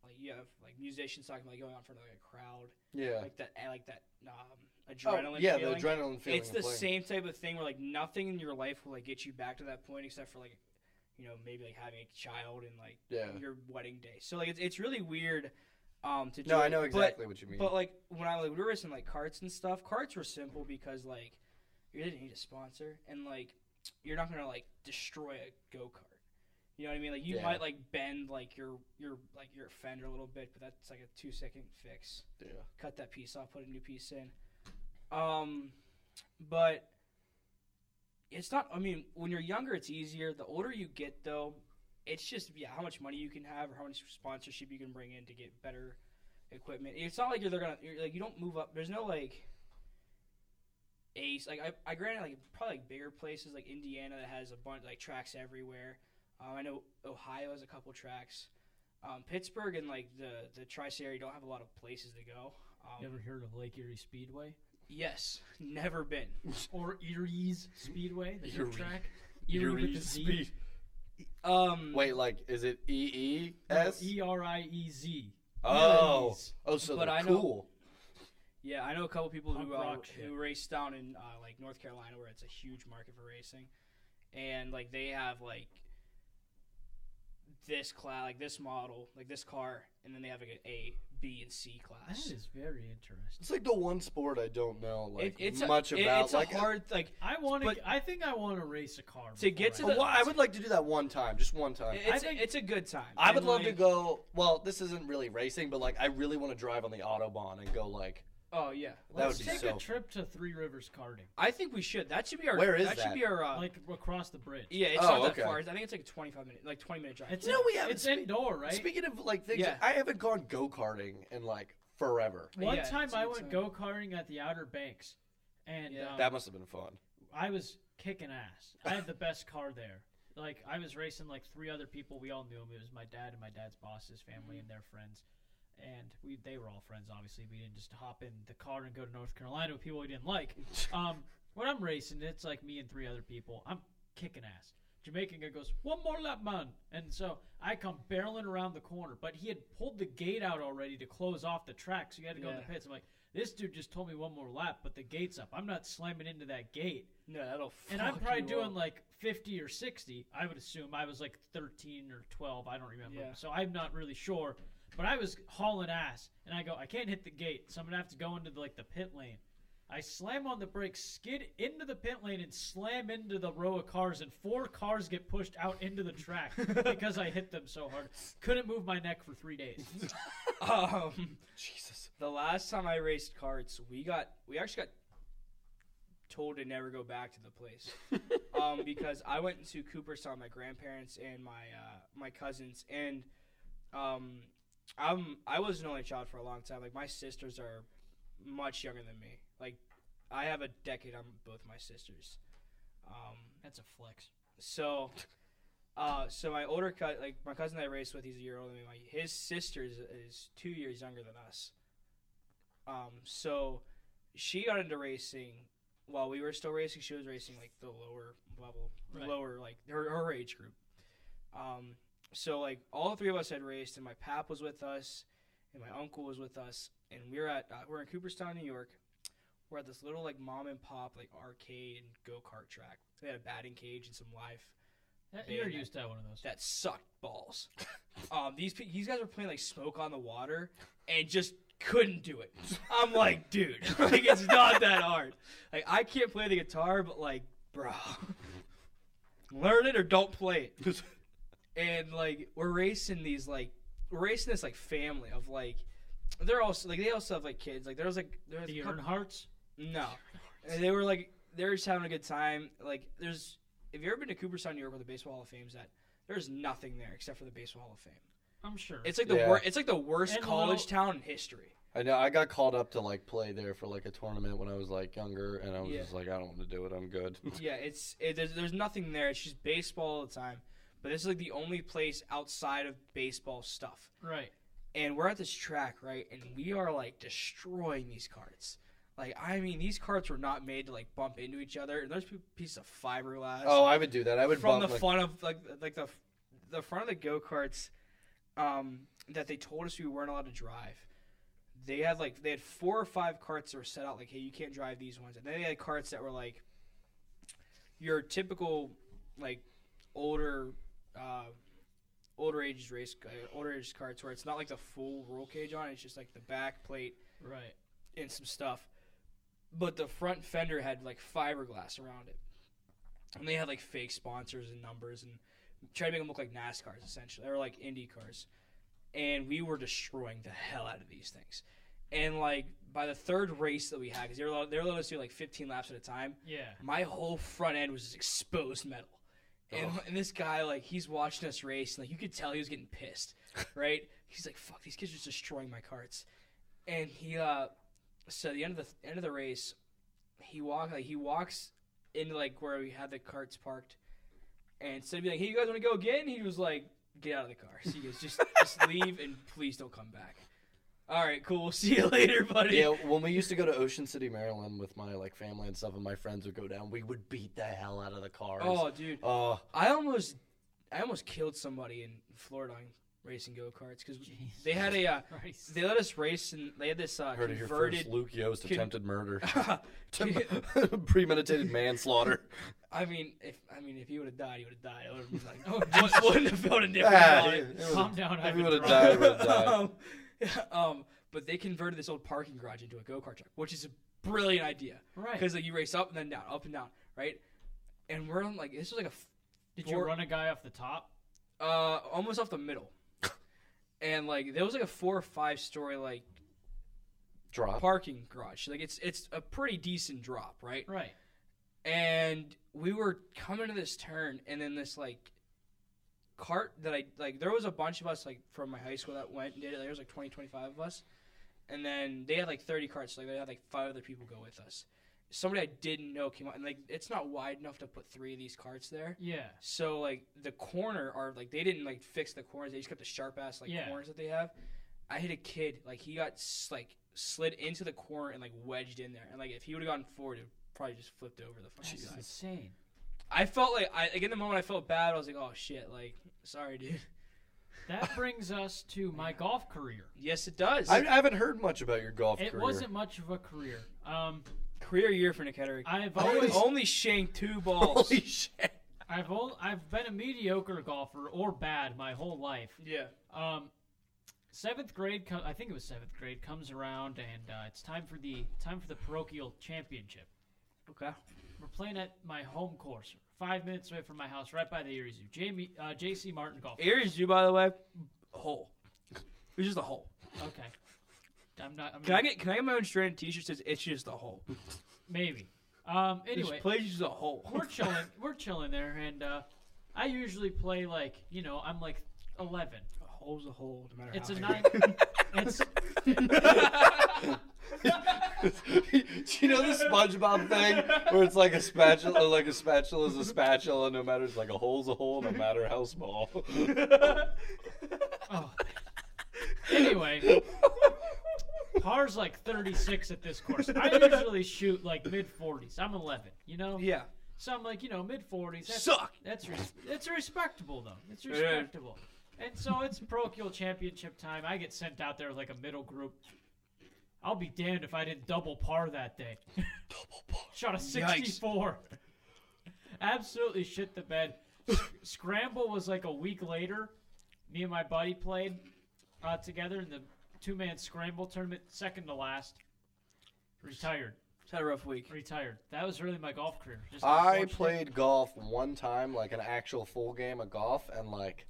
like you have like musicians talking about going out in front of like a crowd yeah, like that like that um oh, adrenaline yeah, feeling. the adrenaline feeling. it's of the playing. same type of thing where like nothing in your life will like get you back to that point except for like you know maybe like having a child and like Yeah. your wedding day so like it's, it's really weird um to do No, it, I know but- exactly what you mean. but like when I like we were racing like carts and stuff, carts were simple because like you didn't need a sponsor and like you're not gonna like destroy a go kart. You know what I mean? Like you Yeah. might like bend like your your like your fender a little bit, but that's like a two second fix. yeah. Cut that piece off, put a new piece in. Um, but it's not. I mean, when you're younger, it's easier. The older you get, though, it's just yeah, how much money you can have or how much sponsorship you can bring in to get better equipment. It's not like you're they're gonna you're, like you don't move up. There's no like ace. Like I, I granted like probably like, bigger places like Indiana that has a bunch like tracks everywhere. Um, I know Ohio has a couple tracks. Um, Pittsburgh and like the the tri-state area don't have a lot of places to go. Um, You ever heard of Lake Erie Speedway Yes, never been. or Erie's Speedway? The dirt Erie. track. Erie with the Z. Um, Wait, like, is it E E No, S? E R I E Z. Oh, Eries. oh, so But they're I know- cool. Yeah, I know a couple people Punk who uh, rock shit. who race down in uh, like North Carolina, where it's a huge market for racing, and like they have like this class, like this model, like this car, and then they have like an A, B, and C That class. is very interesting. It's like the one sport I don't know It- like it's much a, it- about. it's like, a hard like I want But- to. I think I want to race a car To before get I to I- the- Well, I would like to do that one time, just one time. it's, think- it's a good time. I would And, love to like- go. Well, this isn't really racing, but like, I really want to drive on the autobahn and go like. Oh yeah, That Let's would be take so. a trip to Three Rivers karting, I think we should. That should be our. Where is should that? be our. Uh, like across the bridge. yeah, it's Oh, not that okay. far. I think it's like a twenty-five minute, like twenty minute drive. It's You know we haven't it's spe- indoor, right? Speaking of like things, Yeah. I haven't gone go karting in like forever. One Yeah, time it's a I good time. went go karting at the Outer Banks, and Yeah. um, That must have been fun. I was kicking ass. I had the best car there. Like I was racing like three other people. We all knew him. It was my dad and my dad's boss's family and their friends, and we they were all friends. Obviously, we didn't just hop in the car and go to North Carolina with people we didn't like. Um, when I'm racing, it's like me and three other people. I'm kicking ass. Jamaican guy goes one more lap, man, and so I come barreling around the corner. But he had pulled the gate out already to close off the track, so you had to go in Yeah. the pits. I'm like, this dude just told me one more lap, but the gate's up. I'm not slamming into that gate. no, that'll. And I'm fuck probably you doing up. like 50 or 60. I would assume I was like 13 or 12. I don't remember. Yeah. So I'm not really sure. But I was hauling ass, and I go, I can't hit the gate, so I'm gonna have to go into the, like the pit lane. I slam on the brakes, skid into the pit lane, and slam into the row of cars, and four cars get pushed out into the track because I hit them so hard. Couldn't move my neck for three days. Um, Jesus. The last time I raced carts, we got we actually got told to never go back to the place um, because I went into Cooperstown, my grandparents and my uh, my cousins, and um, I'm I was an only child for a long time. Like my sisters are much younger than me. Like I have a decade on both my sisters. Um, That's a flex. so, uh, so my older cousin, like my cousin that I raced with, he's a year older than me. My, his sister is, is two years younger than us. Um, so she got into racing while we were still racing. She was racing like the lower level, Right. lower like her, her age group. Um, so like all three of us had raced, and my pap was with us, and my uncle was with us, and we were at uh, we're in Cooperstown, New York. We're at this little like mom and pop like arcade and go kart track. They had a batting cage and some life That- You're Man, that- used to one of those. that sucked balls. um, these pe- these guys were playing like smoke on the water and just couldn't do it. I'm like, dude, like it's not that hard. Like I can't play the guitar, but like, bro, learn it or don't play it. and like we're racing these like we're racing this like family of like they're also like they also have like kids like there was like there was a The couple- Earnhardts. no. And they were like they were just having a good time. Like there's have you ever been to Cooperstown, New York where the baseball hall of fame's at? There's nothing there except for the Baseball Hall of Fame. I'm sure. It's like the Yeah. wor- It's like the worst And a college little- town in history. I know I got called up to like play there for like a tournament when I was like younger, and I was Yeah. just like, I don't want to do it. I'm good. Yeah, it's it, there's, there's nothing there. It's just baseball all the time. But this is like the only place outside of baseball stuff. right. And we're at this track, right? And we are like destroying these carts. Like I mean, these carts were not made to like bump into each other. And there's p- pieces of fiberglass. oh, I would do that. I would from bump the like, front of like like the the front of the go karts um, that they told us we weren't allowed to drive. They had like they had four or five carts that were set out like, hey, you can't drive these ones, and then they had carts that were like your typical like older uh, older ages race uh, older ages carts where it's not like the full roll cage on it, it's just like the back plate Right. and some stuff. But the front fender had like fiberglass around it. And they had like fake sponsors and numbers and tried to make them look like NASCARs essentially, or like Indy cars. And we were destroying the hell out of these things. And like by the third race that we had, because they were allowed, they were allowed us to do like 15 laps at a time, Yeah. my whole front end was just exposed metal. And, and this guy, like, he's watching us race, and like, you could tell he was getting pissed, right? he's like, "Fuck, these kids are just destroying my carts." And he, uh, so at the end of the end of the race, he walk like he walks into like where we had the carts parked, and instead of being like, "Hey, you guys want to go again?" He was like, "Get out of the car." So he goes, "Just just leave and please don't come back." All right, cool. We'll see you later, buddy. Yeah, when we used to go to Ocean City, Maryland, with my like family and stuff, and my friends would go down, we would beat the hell out of the cars. Oh, dude. Oh, I almost, I almost killed somebody in Florida on racing go karts because they had a, uh, Christ. they let us race and they had this uh, heard it here first. converted. Luke Yost Con- attempted murder, I premeditated manslaughter. mean, if I mean if he would have died, he would have died. I would have been like, Oh, what wouldn't have felt a difference. Ah, about it- it. it was- Calm down. if I've he been would've drunk. died, I would've died. um, um, but they converted this old parking garage into a go kart track, which is a brilliant idea. Right. Because like, you race up and then down, up and down, right? And we're on like this was like a f- Did you four- run a guy off the top? uh, almost off the middle. And like there was like a four or five story like Drop. parking garage. Like it's it's a pretty decent drop, right? Right. And we were coming to this turn and then this like cart that I like there was a bunch of us like from my high school that went and did it. There was like 20 25 of us. And then they had like 30 carts, like they had like five other people go with us. Somebody I didn't know came out and like it's not wide enough to put three of these carts there. Yeah. So like the corner are like they didn't like fix the corners. They just kept the sharp ass like Yeah. corners that they have. I hit a kid like he got s- like slid into the corner and like wedged in there. And like if he would have gone forward, it probably just flipped over the fucking That's side. insane. I felt like I like in the moment I felt bad. I was like, oh shit, like sorry, dude. That brings us to my golf career. Yes, it does. I, I haven't heard much about your golf It career. wasn't much of a career. Um, Career year for Nick Hedrick. I've Only, always, only shanked two balls. Holy shit! I've, only, I've been a mediocre golfer or bad my whole life. yeah. Um, seventh grade, co- I think it was seventh grade, comes around and uh, it's time for the time for the parochial championship. Okay. We're playing at my home course, five minutes away from my house, right by the Erie Zoo. Jamie, uh, J.C. Martin Golf. Aries you by the way, hole. It was just a hole. Okay, I'm not. I'm Can I get can I get my own strand T-shirt that says it's just a hole. maybe? Um, Anyway, anyway, this place is a hole. we're chilling. We're chilling there, and uh, I usually play like you know I'm like eleven. A hole's a hole, no matter It's how a big nine. it's you know the SpongeBob thing where it's like a spatula, like a spatula is a spatula, no matter it's like a hole's a hole, no matter how small. oh. Anyway, par's like 36 at this course. I usually shoot like mid 40s. I'm 11, you know. Yeah. So I'm like, you know, mid 40s. That's, Suck. That's res- that's respectable though. It's respectable. And so it's parochial championship time. I get sent out there with like a middle group. I'll be damned if I didn't double par that day. double par. Shot a 64. Absolutely shit the bed. Scramble was like a week later. Me and my buddy played uh, together in the two man scramble tournament, second to last. Retired. It's had a rough week. Retired. That was really my golf career. Just I unfortunate- played golf one time, like an actual full game of golf, and like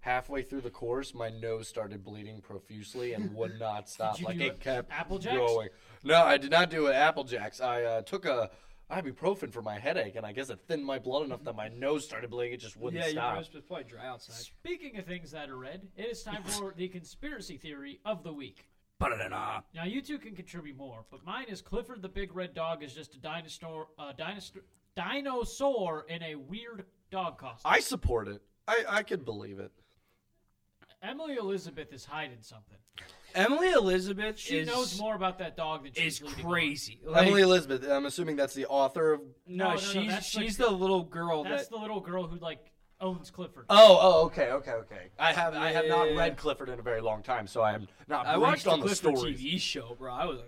halfway through the course, my nose started bleeding profusely and would not stop. you like do it a- kept Apple Jacks? going. No, I did not do it. Apple Jacks. I uh, took a ibuprofen for my headache, and I guess it thinned my blood enough that my nose started bleeding. It just wouldn't yeah, stop. your roast was probably dry outside. Speaking of things that are red, it is time for the conspiracy theory of the week. Ba-da-da-da. Now you two can contribute more, but mine is Clifford the Big Red Dog is just a dinosaur, uh, dinosaur, dinosaur in a weird dog costume. I support it. I, I could believe it. Emily Elizabeth is hiding something. Emily Elizabeth She is, knows more about that dog than she's is leading crazy. Emily Like, Elizabeth. I'm assuming that's the author of. no, No, no, no, she's that's the- she's the, little girl on. That's that the little girl who like owns Clifford. Uh, Oh, oh, okay, okay, okay. I have I have Yeah. not read Clifford in a very long time, so I am not. I briefed watched on the, Clifford stories. TV show, bro. I was a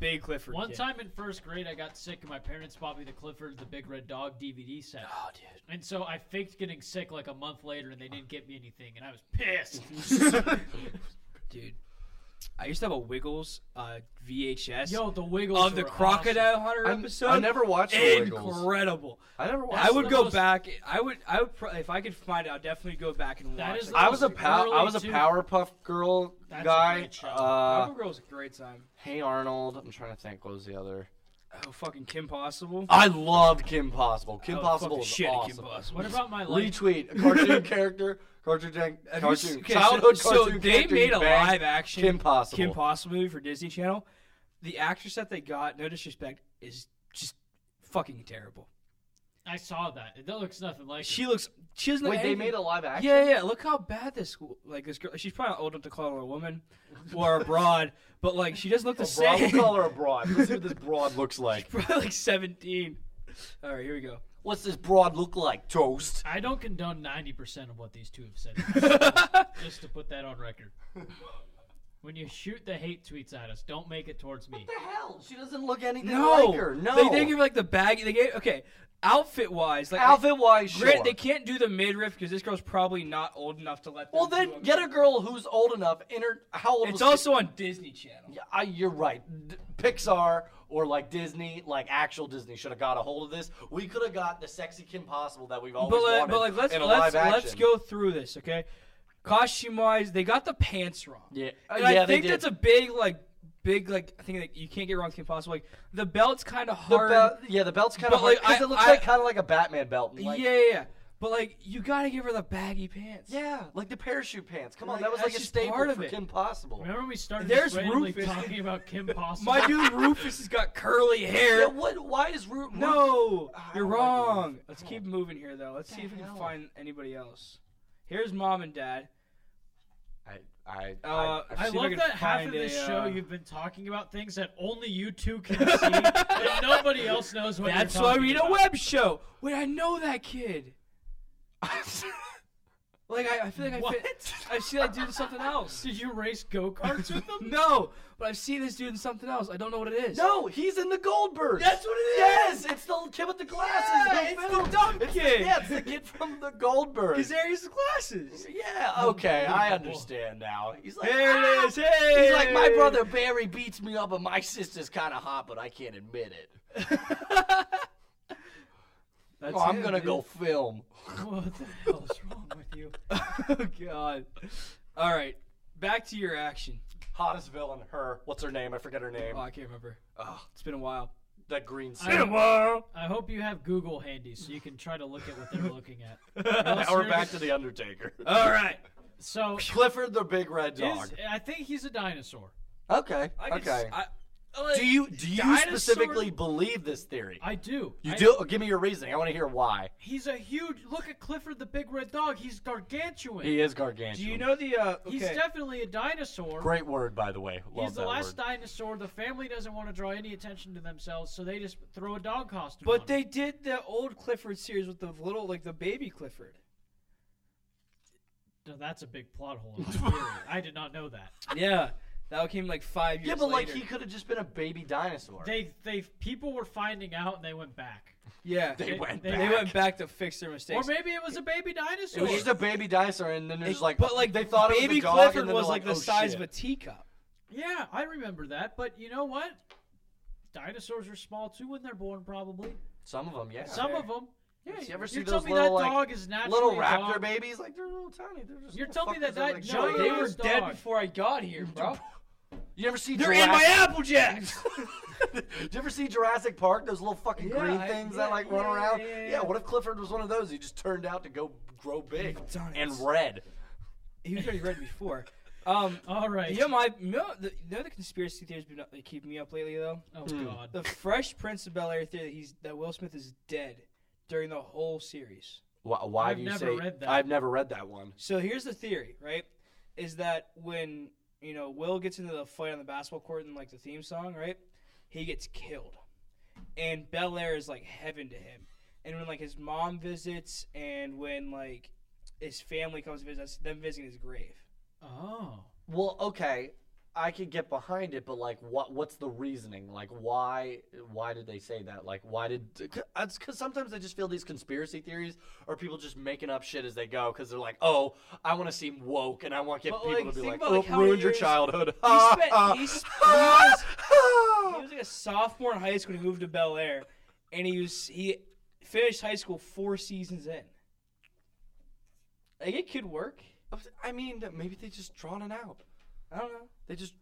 big Clifford. One kid. time in first grade, I got sick, and my parents bought me the Clifford the Big Red Dog DVD set. Oh, dude. And so I faked getting sick like a month later, and they didn't get me anything, and I was pissed. Dude, I used to have a Wiggles uh, VHS Yo, the Wiggles of the were awesome. Crocodile Hunter I'm- episode. I never watched the Wiggles. Incredible. I never watched. I would the go most- back. I would. I would. Pro- if I could find it, I'd definitely go back and watch. That is it. the I was a Those pow- I early was a two- Powerpuff Girl That's a guy. great show. Uh, Powerpuff Girls a great time. hey Arnold. I'm trying to think. What was the other? Oh, fucking Kim Possible. I loved Kim Possible. Kim Oh, Possible fucking was shit, awesome. Kim Possible. what about my life? Retweet a cartoon character, cartoon, tank, Have you cartoon s- okay, so- childhood so, cartoon they character made you a banged, live action Kim Possible. Kim Possible movie for Disney Channel. The actress that they got, no disrespect, is just fucking terrible. I saw that. It looks nothing like She it. looks. She doesn't. Wait, they made a live action. Yeah, yeah. Look how bad this like this girl. She's probably old enough to call her a woman or a broad, but like she doesn't look the Broad, same. we'll call her a broad. Let's see what this broad looks like. probably like seventeen. All right, here we go. What's this broad look like? Toast. I don't condone ninety percent of what these two have said. just to put that on record. When you shoot the hate tweets at us, don't make it towards me. the hell? She doesn't look anything No, like her. No. They, they give her, like the baggy. They gave okay, outfit wise, like Outfit wise, I- sure. Granted, they can't do the midriff because this girl's probably not old enough to let. Them well, then do get a girl who's old enough. Inter- how old? It's was also on Disney Channel. Yeah, I, you're right. D- Pixar or like Disney, like actual Disney, should have got a hold of this. We could have got the sexy Kim Possible that we've But, always like, wanted. but like, let's in a let's live let's action. go through this, okay? Costume wise, they got the pants wrong. Yeah, And yeah, I think they did. that's a big like big like thing that you can't get wrong with Kim Possible. Like the belt's kind of The hard. belt- yeah, the belt's kind But, of like like, because I- it looks I- like kind of like a Batman belt. and, Like, yeah, yeah, yeah. But like you gotta give her the baggy pants. yeah, like the parachute pants. Come on, Like, that was that's like a just staple part of for it. Kim Possible. Remember when we started There's just randomly Rufus. talking about Kim Possible? My dude Rufus has got curly hair. Yeah, what? Why is Root? No, you're don't like wrong. these. Let's keep moving here though. Let's see if we can hell? find anybody else. Here's mom and dad. I, I, Uh, I, I See if I love can that half find of this a, show uh, you've been talking about things that only you two can see, and nobody else knows what That's you're why talking we need a about. web show. Wait, I know that kid. Like I, I feel like I What? fit. I see that dude in something else. Did you race go karts with them? No, but I've seen this dude in something else. I don't know what it is. no, he's in the Goldbergs. That's what it Yes, it's the kid with the glasses. Yeah, who it's filmed- the dumb it's kid. yeah, it's the kid from the Goldbergs. He's there. He's the glasses. Yeah, okay, I understand now. He's like, There "Ah!" it is. Hey. He's like, my brother Barry beats me up, and my sister's kind of hot, but I can't admit it. That's Oh, I'm him, gonna dude. go film. What the hell is wrong with you? oh God. All right, back to your action. Hottest villain, her. What's her name? I forget her name. Oh, I can't remember. Oh, Ugh, It's been a while. that green Been a while. I hope you have Google handy so you can try to look at what they're looking at. Now we're back to the Undertaker. All right. So, Uh, Clifford the Big Red is, Dog. I think he's a dinosaur. Okay, I can okay. s- I, like, do you do you dinosaur- specifically believe this theory? I do. you I- do. Oh, Give me your reasoning. I want to hear why. He's a huge. Look at Clifford the Big Red Dog. He's gargantuan. He is gargantuan. Do you know the? Uh, okay. He's definitely a dinosaur. Great word, by the way. Love He's the that last word. dinosaur. The family doesn't want to draw any attention to themselves, so they just throw a dog costume. But on they him. did the old Clifford series with the little, like the baby Clifford. No, that's a big plot hole. in my theory. I did not know that. Yeah, that came like five years. Yeah, but like later. he could have just been a baby dinosaur. They they people were finding out and they went back. yeah, They went they- back. They went back to fix their Or mistakes. maybe it was a baby It dinosaur. was just a baby dinosaur, and then there's like, but like they thought it baby was a dog, Clifford and then was they're like, the "Oh, size shit." of a teacup. yeah, I remember that. But you know what? Dinosaurs are small too when they're born, probably. Some of them, yeah. Some Fair. of them. yeah, you ever see You're those telling me little that like dog is naturally little a raptor dog? babies? Like they're little tiny. They're just. You're little telling me that fuckers, they're that like giant they giant. were ass dead dog. before I got here, bro. You ever see They're in Jurassic? my Apple Jacks. Did you ever see Jurassic Park? Those little fucking Yeah, green I- things yeah, that like run yeah, around. yeah, Yeah, yeah. What if Clifford was one of those? He just turned out to go grow big Darn it. and red. he was already read before. Um, All right. you know my, you know the, you know the conspiracy theory's been up- like, keeping me up lately though. Oh Hmm. God. The Fresh Prince of Bel Air theory that he's that Will Smith is dead during the whole series. Why, why I've do you never say? read that. I've never read that one. So here's the theory, right? Is that when you know Will gets into the fight on the basketball court in like the theme song, right? He gets killed, and Bel Air is like heaven to him. And when like his mom visits, and when like his family comes to visit, that's them visiting his grave. Oh. Well, okay, I could get behind it, but like, what? What's the reasoning? Like, why? Why did they say that? Like, why did? Because sometimes I just feel these conspiracy theories are people just making up shit as they go because they're like, oh, I want to seem woke and I want to get But, people like, to be think like, about, oh, like, how many ruined your years- childhood. He spent. He, sp- he was, he was like a sophomore in high school. He moved to Bel Air, and he was he finished high school four seasons in. Like it could work. I mean, maybe they just drawn it out. I don't know. They just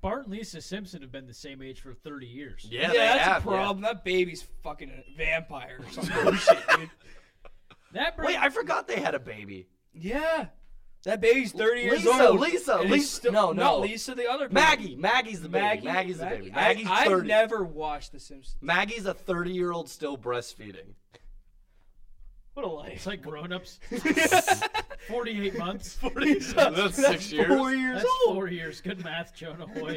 Bart and Lisa Simpson have been the same age for 30 years. yeah, that's a problem. That baby's fucking a vampire or something. That brings Wait, I forgot they had a baby. yeah. That baby's 30 years Lisa, old. Lisa, And it's Lisa- still- no, no. Not Lisa, the other baby. Maggie, Maggie's the baby. Maggie. Maggie's the baby. Maggie. Maggie's I, I've thirty. never watched The Simpsons. Maggie's a 30 year old still breastfeeding. What a life. it's like grown-ups. 48 months. That's six years. Four years That's old. four years. Good math, Jonah Hoy.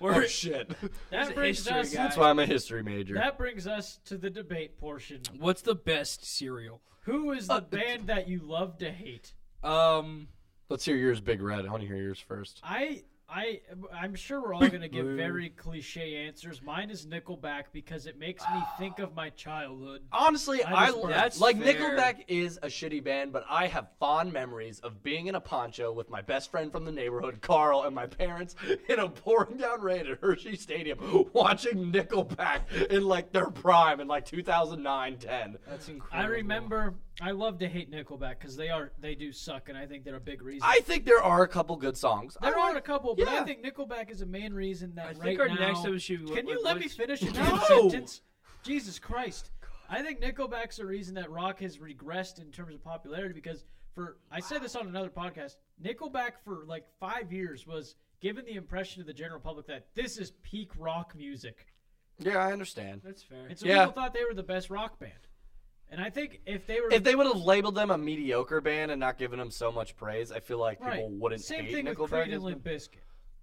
Oh, shit. a That brings history us. guy. That's why I'm a history major. That brings us to the debate portion. What's the best cereal? Who is the Uh, band that you love to hate? Um, Let's hear yours, Big Red. I want to hear yours first. I I I'm sure we're all gonna give very cliche answers. Mine is Nickelback because it makes me think of my childhood. Honestly, I, I just- That's like fair. Nickelback is a shitty band, but I have fond memories of being in a poncho with my best friend from the neighborhood, Carl, and my parents in a pouring down rain at Hershey Stadium, watching Nickelback in like their prime in like 2009, 10. that's incredible. I remember I love to hate Nickelback because they are they do suck, and I think they're a big reason. I think there are a couple good songs. I there like- are a couple, but I yeah. think Nickelback is a main reason that I right think our now. next episode should be can what- you what- let what- me finish a No! sentence? Jesus Christ! I think Nickelback's the reason that rock has regressed in terms of popularity because for I said this on another podcast, Nickelback for like five years was given the impression to the general public that this is peak rock music, Yeah, I understand. That's fair. and so Yeah. people thought they were the best rock band. And I think if they were If they would have labeled them a mediocre band and not given them so much praise, I feel like right, people wouldn't same hate thing Nickelback. with Creed as and much. Limp Bizkit.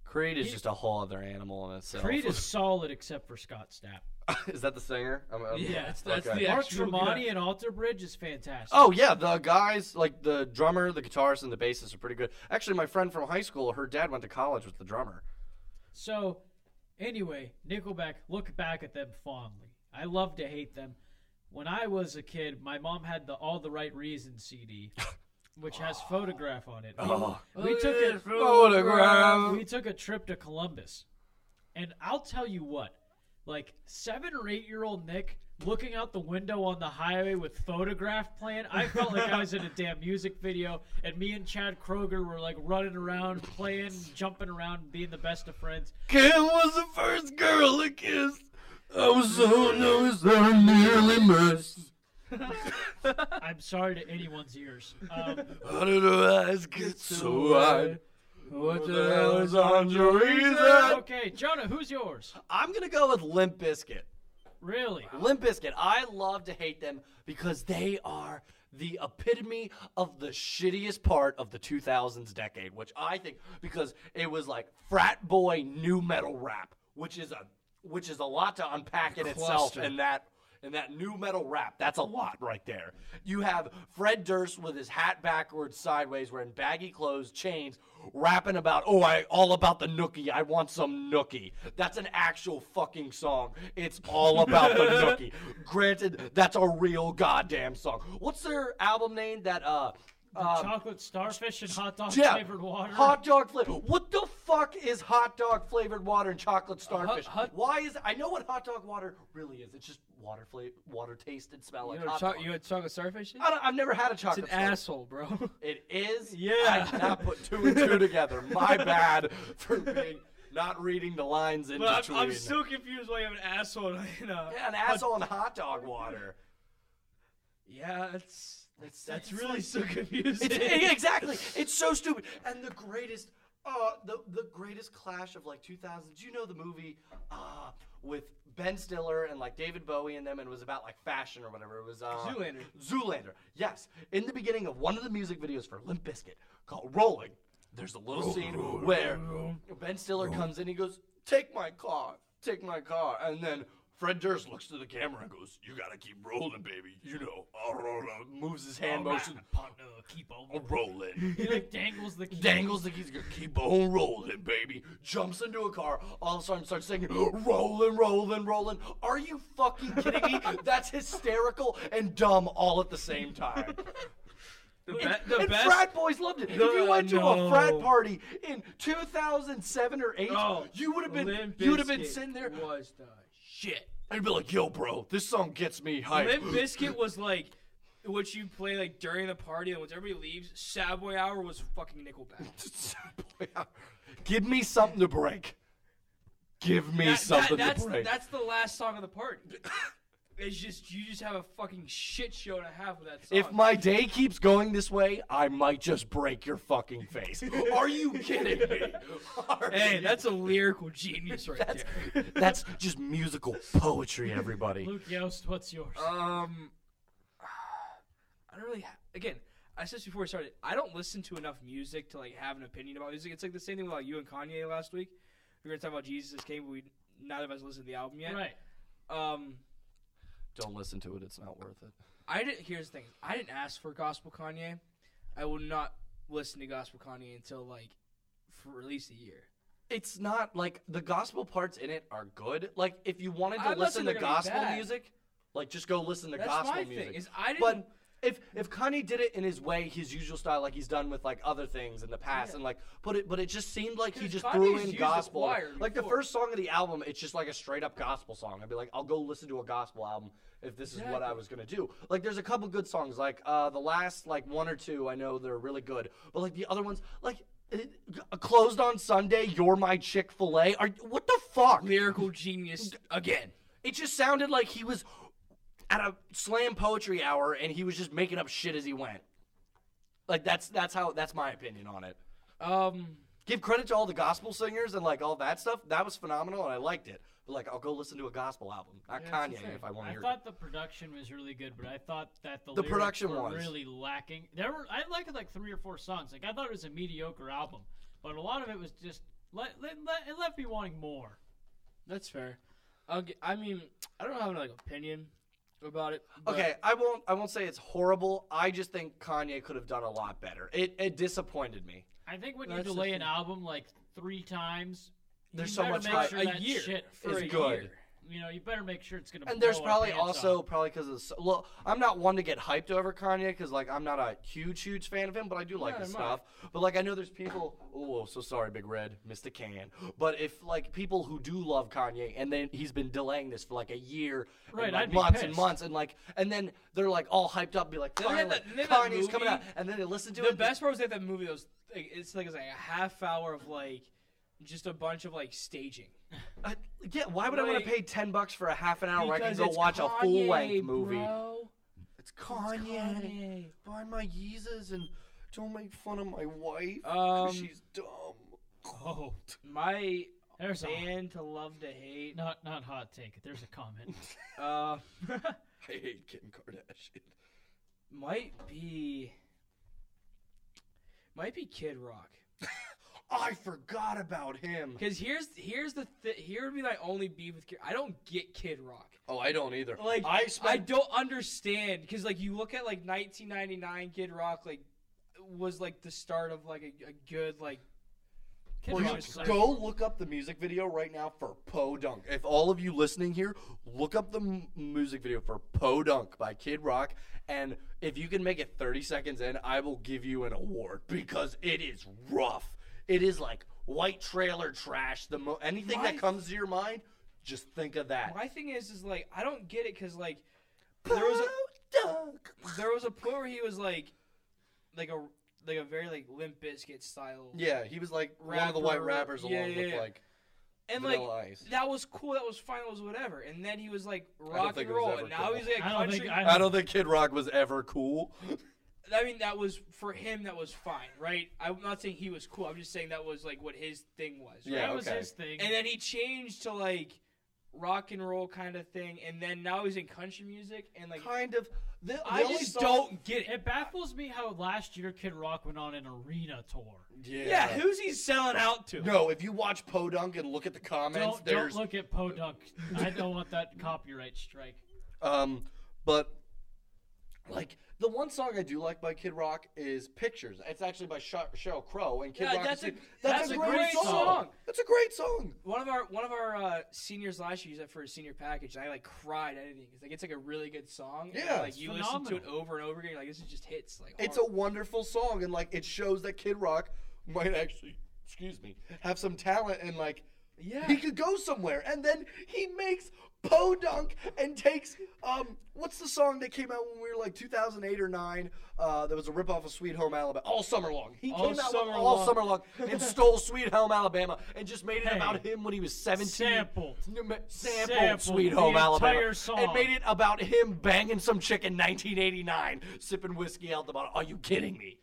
Creed is just a whole other animal in itself. Creed is solid except for Scott Stapp. is that the singer? I'm- I'm- Yeah, it's- that's okay. the Mark actual Tremonti and Alter Bridge is fantastic. Oh yeah, the guys like the drummer, the guitarist, and the bassist are pretty good. Actually, my friend from high school, her dad went to college with the drummer. So, anyway, Nickelback, look back at them fondly. I love to hate them. When I was a kid, my mom had the All the Right Reasons CD, which has photograph on it. We took a Photograph. we took a trip to Columbus, and I'll tell you what, like seven or eight year old Nick looking out the window on the highway with photograph playing, I felt like I was in a damn music video, and me and Chad Kroger were like running around, playing, jumping around, being the best of friends. Kim was the first girl I kissed. I was so nervous, I nearly missed. I'm sorry to anyone's ears. Um, How did her eyes get so wide? What The hell is on your reason? okay, Jonah, who's yours? I'm gonna go with Limp Bizkit. Really? Um, Limp Bizkit. I love to hate them because they are the epitome of the shittiest part of the 2000s decade, which I think because it was like frat boy new metal rap, which is a which is a lot to unpack in itself Cluster. and that and that new metal rap, that's a lot right there. You have Fred Durst with his hat backwards, sideways, wearing baggy clothes, chains, rapping about, oh, I all about the nookie. I want some nookie. That's an actual fucking song. It's all about the nookie. Granted, that's a real goddamn song. What's their album name? That uh, uh Chocolate starfish and hot dog yeah, flavored water. Hot dog flavor. What the fuck is hot dog flavored water and Uh, chocolate starfish? hot- Why is I know what hot dog water really is. It's just water flavor, water taste and smell You like know, hot cho- dog. you know chocolate starfish? is? I don't, I've never had a It's chocolate. an starfish. asshole, bro. It is. Yeah. I did not put two and two together. My bad for being not reading the lines in But I'm, between. I'm still confused why you have an asshole in a. Yeah, an asshole in hot dog water. Yeah, that's that's, that's it's really like- so confusing. It's, yeah, exactly. It's so stupid. And the greatest, uh, the the greatest clash of like 2000. Did you know the movie uh, with Ben Stiller and like David Bowie and them, and it was about like fashion or whatever. It was uh, Zoolander. Zoolander. Yes. In the beginning of one of the music videos for Limp Bizkit called "Rolling," there's a little scene where Ben Stiller comes in. He goes, "Take my car, take my car," and then. Fred Durst looks to the camera and goes, "You gotta keep rolling, baby. You know." Moves his hand motion. partner, keep on. Rolling. He like dangles the key. Dangles the keys, keep on rolling, baby. Jumps into a car, all of a sudden starts singing, rolling, rolling, rolling. Are you fucking kidding me? That's hysterical and dumb all at the same time. the be- the and best. frat boys loved it. if you No, went to a no. frat party in 2007 or 8, Oh, you would have been Limp you would have been Bizkit sitting there Was the shit. and be like, "Yo, bro, this song gets me hyped." Limp Biscuit was like what you play like during the party, and once everybody leaves, Savoy Hour was fucking Nickelback. Give me something to break. Give me That- something that- that's, to break. that's the last song of the party. It's just you just have a fucking shit show to have with that song. If my day keeps going this way, I might just break your fucking face. Are you kidding me? Are hey, you- that's a lyrical genius right that's, there. that's just musical poetry, everybody. Luke Yost, what's yours? Um, I don't really. Ha- Again, I said this before we started. I don't listen to enough music to like have an opinion about music. It's like the same thing with like you and Kanye last week. We were gonna talk about Jesus Came, but we neither of us listened to the album yet. right. Um, Don't listen to it; it's not worth it. I didn't. Here's the thing. I didn't ask for gospel Kanye. I will not listen to gospel Kanye until like for at least a year. It's not like the gospel parts in it are good. Like if you wanted to I'm not listen saying they're to gonna be gospel bad. music, like just go listen to That's gospel my music. thing. Is I didn't. But if if Kanye did it in his way, his usual style, like he's done with like other things in the past, and like but it but it just seemed like he Dude, just Kanye's threw in used the gospel. choir like the before. first song of the album, it's just like a straight up gospel song. I'd be like, I'll go listen to a gospel album if this is what I was gonna do. Like there's a couple good songs, like uh the last like one or two I know they're really good, but like the other ones like. It, closed on Sunday. You're my Chick Fil A. Are what the fuck? lyrical genius again. It just sounded like he was at a slam poetry hour and he was just making up shit as he went. Like that's that's how that's my opinion on it. Um. Give credit to all the gospel singers and like all that stuff. That was phenomenal and I liked it. But like I'll go listen to a gospel album, not Kanye, if I want to I hear. it. thought the production was really good, but I thought that the, The lyrics production were was. really lacking. There were I liked like three or four songs. Like I thought it was a mediocre album, but a lot of it was just let, let, let- it left me wanting more. That's fair. I'll gi I mean, I don't have an like opinion about it. but- Okay, I won't I won't say it's horrible. I just think Kanye could have done a lot better. It it disappointed me. I think when you That's the delay an thing. album like three times, There's you so better much make hype. sure a that year shit for is a good. year. You know, you better make sure it's gonna. And there's blow our probably pants also off. probably because of the s- look. I'm not one to get hyped over Kanye because like I'm not a huge huge fan of him, but I do like Neither his am I. stuff. But like I know there's people. Oh, so sorry, Big Red, missed a can. But if like people who do love Kanye and then he's been delaying this for like a year, Right, and, like, I'd be months and pissed. months, and like and then they're like all hyped up, be like, they had finally, that- they had that Kanye's coming out, movie- and then they listen to The it. best part was that that movie. That was like, it's like it's like a half hour of like just a bunch of like staging. I- yeah, why would I want Wait. to pay ten bucks for a half an hour where I can Because go it's watch a full Kanye, length movie? bro. It's Kanye. Buy my Yeezys and don't make fun of my wife 'cause Um, she's she's dumb. oh, My there's a band to love to hate. not not hot take. There's a comment. Uh, I hate Kim Kardashian. might be might be Kid Rock. I forgot about him. Because here's here's the th- here would be my only beef with Kid. I don't get Kid Rock. Oh, I don't either. Like I I, spent don't understand because like you look at like 1999 Kid Rock like was like the start of like a, a good like Kid Well, Rock you was go- like- Go look up the music video right now for Po Dunk. If all of you listening here, look up the m- music video for Po Dunk by Kid Rock. And if you can make it 30 seconds in, I will give you an award because it is rough. It is like white trailer trash. The mo- anything My- that comes to your mind, just think of that. my thing is is like I don't get it because like there was a Po-Dunk. there was a point where he was like like a like a very like limp biscuit style Yeah, he was like one of the white Rapper, rappers along yeah, yeah, with yeah. like And Vanilla like Ice. that was cool. That was fine. That was whatever. And then he was like rock and think it was roll, ever and now cool. he's like a I don't country. think I, I, I don't think Kid Rock was ever cool. mean, that was for him. That was fine, right? I'm not saying he was cool. I'm just saying that was like what his thing was. Right? Yeah, that was okay. his thing. And then he changed to like rock and roll kind of thing, and then now he's in country music, and like Kind of. The, the I only just song- don't get it. it baffles me how last year Kid Rock went on an arena tour. Yeah. Yeah, who's he selling out to? No, if you watch Podunk and look at the comments, Don't, there's don't look at Podunk. I don't want that copyright strike. um, but like the one song I do like by Kid Rock is "Pictures." It's actually by Sh- Cheryl Crow, and Kid Yeah, Rock. that's is a- that's, a, great, song. song. That's a great song. One of our one of our uh, seniors last year used that for a senior package, and I like cried editing. It's like it's like a really good song. and, Yeah, like it's you listen to it phenomenal. over and over again. You're like this is just hits. Like It's a hard. wonderful song, and like it shows that Kid Rock might actually, excuse me, have some talent, and like yeah. he could go somewhere. And then he makes Podunk and takes um, what's the song that came out when we were like 2008 or nine? Uh, that was a ripoff of Sweet Home Alabama. All summer long. He All came out Summer with All Long. Summer Long and stole Sweet Home Alabama and just made it Hey. about him when he was 17. Sampled. N- ma- Sampled, Sampled Sweet the Home Alabama. entire song. And made it about him banging some chick in 1989, sipping whiskey out the bottle. Are you kidding me?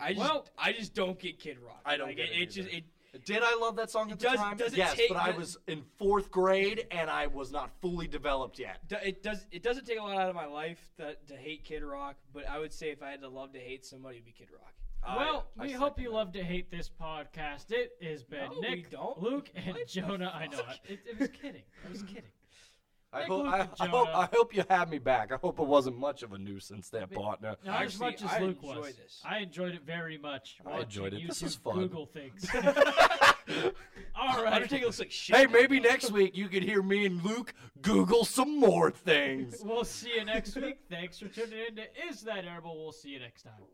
I just Well- I just don't get Kid Rock. I don't Like, get it it. just either. it. Did I love that song at Does- the time? does it yes, take- but I does- was in fourth grade and I was not fully developed yet. do- It does. It doesn't take a lot out of my life to, to hate Kid Rock, but I would say if I had to love to hate somebody, it'd be Kid Rock. Well, I- I we hope second you that. love to hate this podcast. It has been No, we Nick, don't. Luke, and What the Jonah. I know. fuck? It, it was kidding. It was kidding. I Nick hope, I, Luke I and hope Jonah. I hope you have me back. I hope it wasn't much of a nuisance there, partner. Not Actually, as much as I Luke enjoy was. this. I enjoyed it very much. I enjoyed watching it. This you was two fun. Google things. All right. Undertaker looks like shit. Hey, maybe next week you could hear me and Luke Google some more things. We'll see you next week. Thanks for tuning in to Is That Edible? We'll see you next time.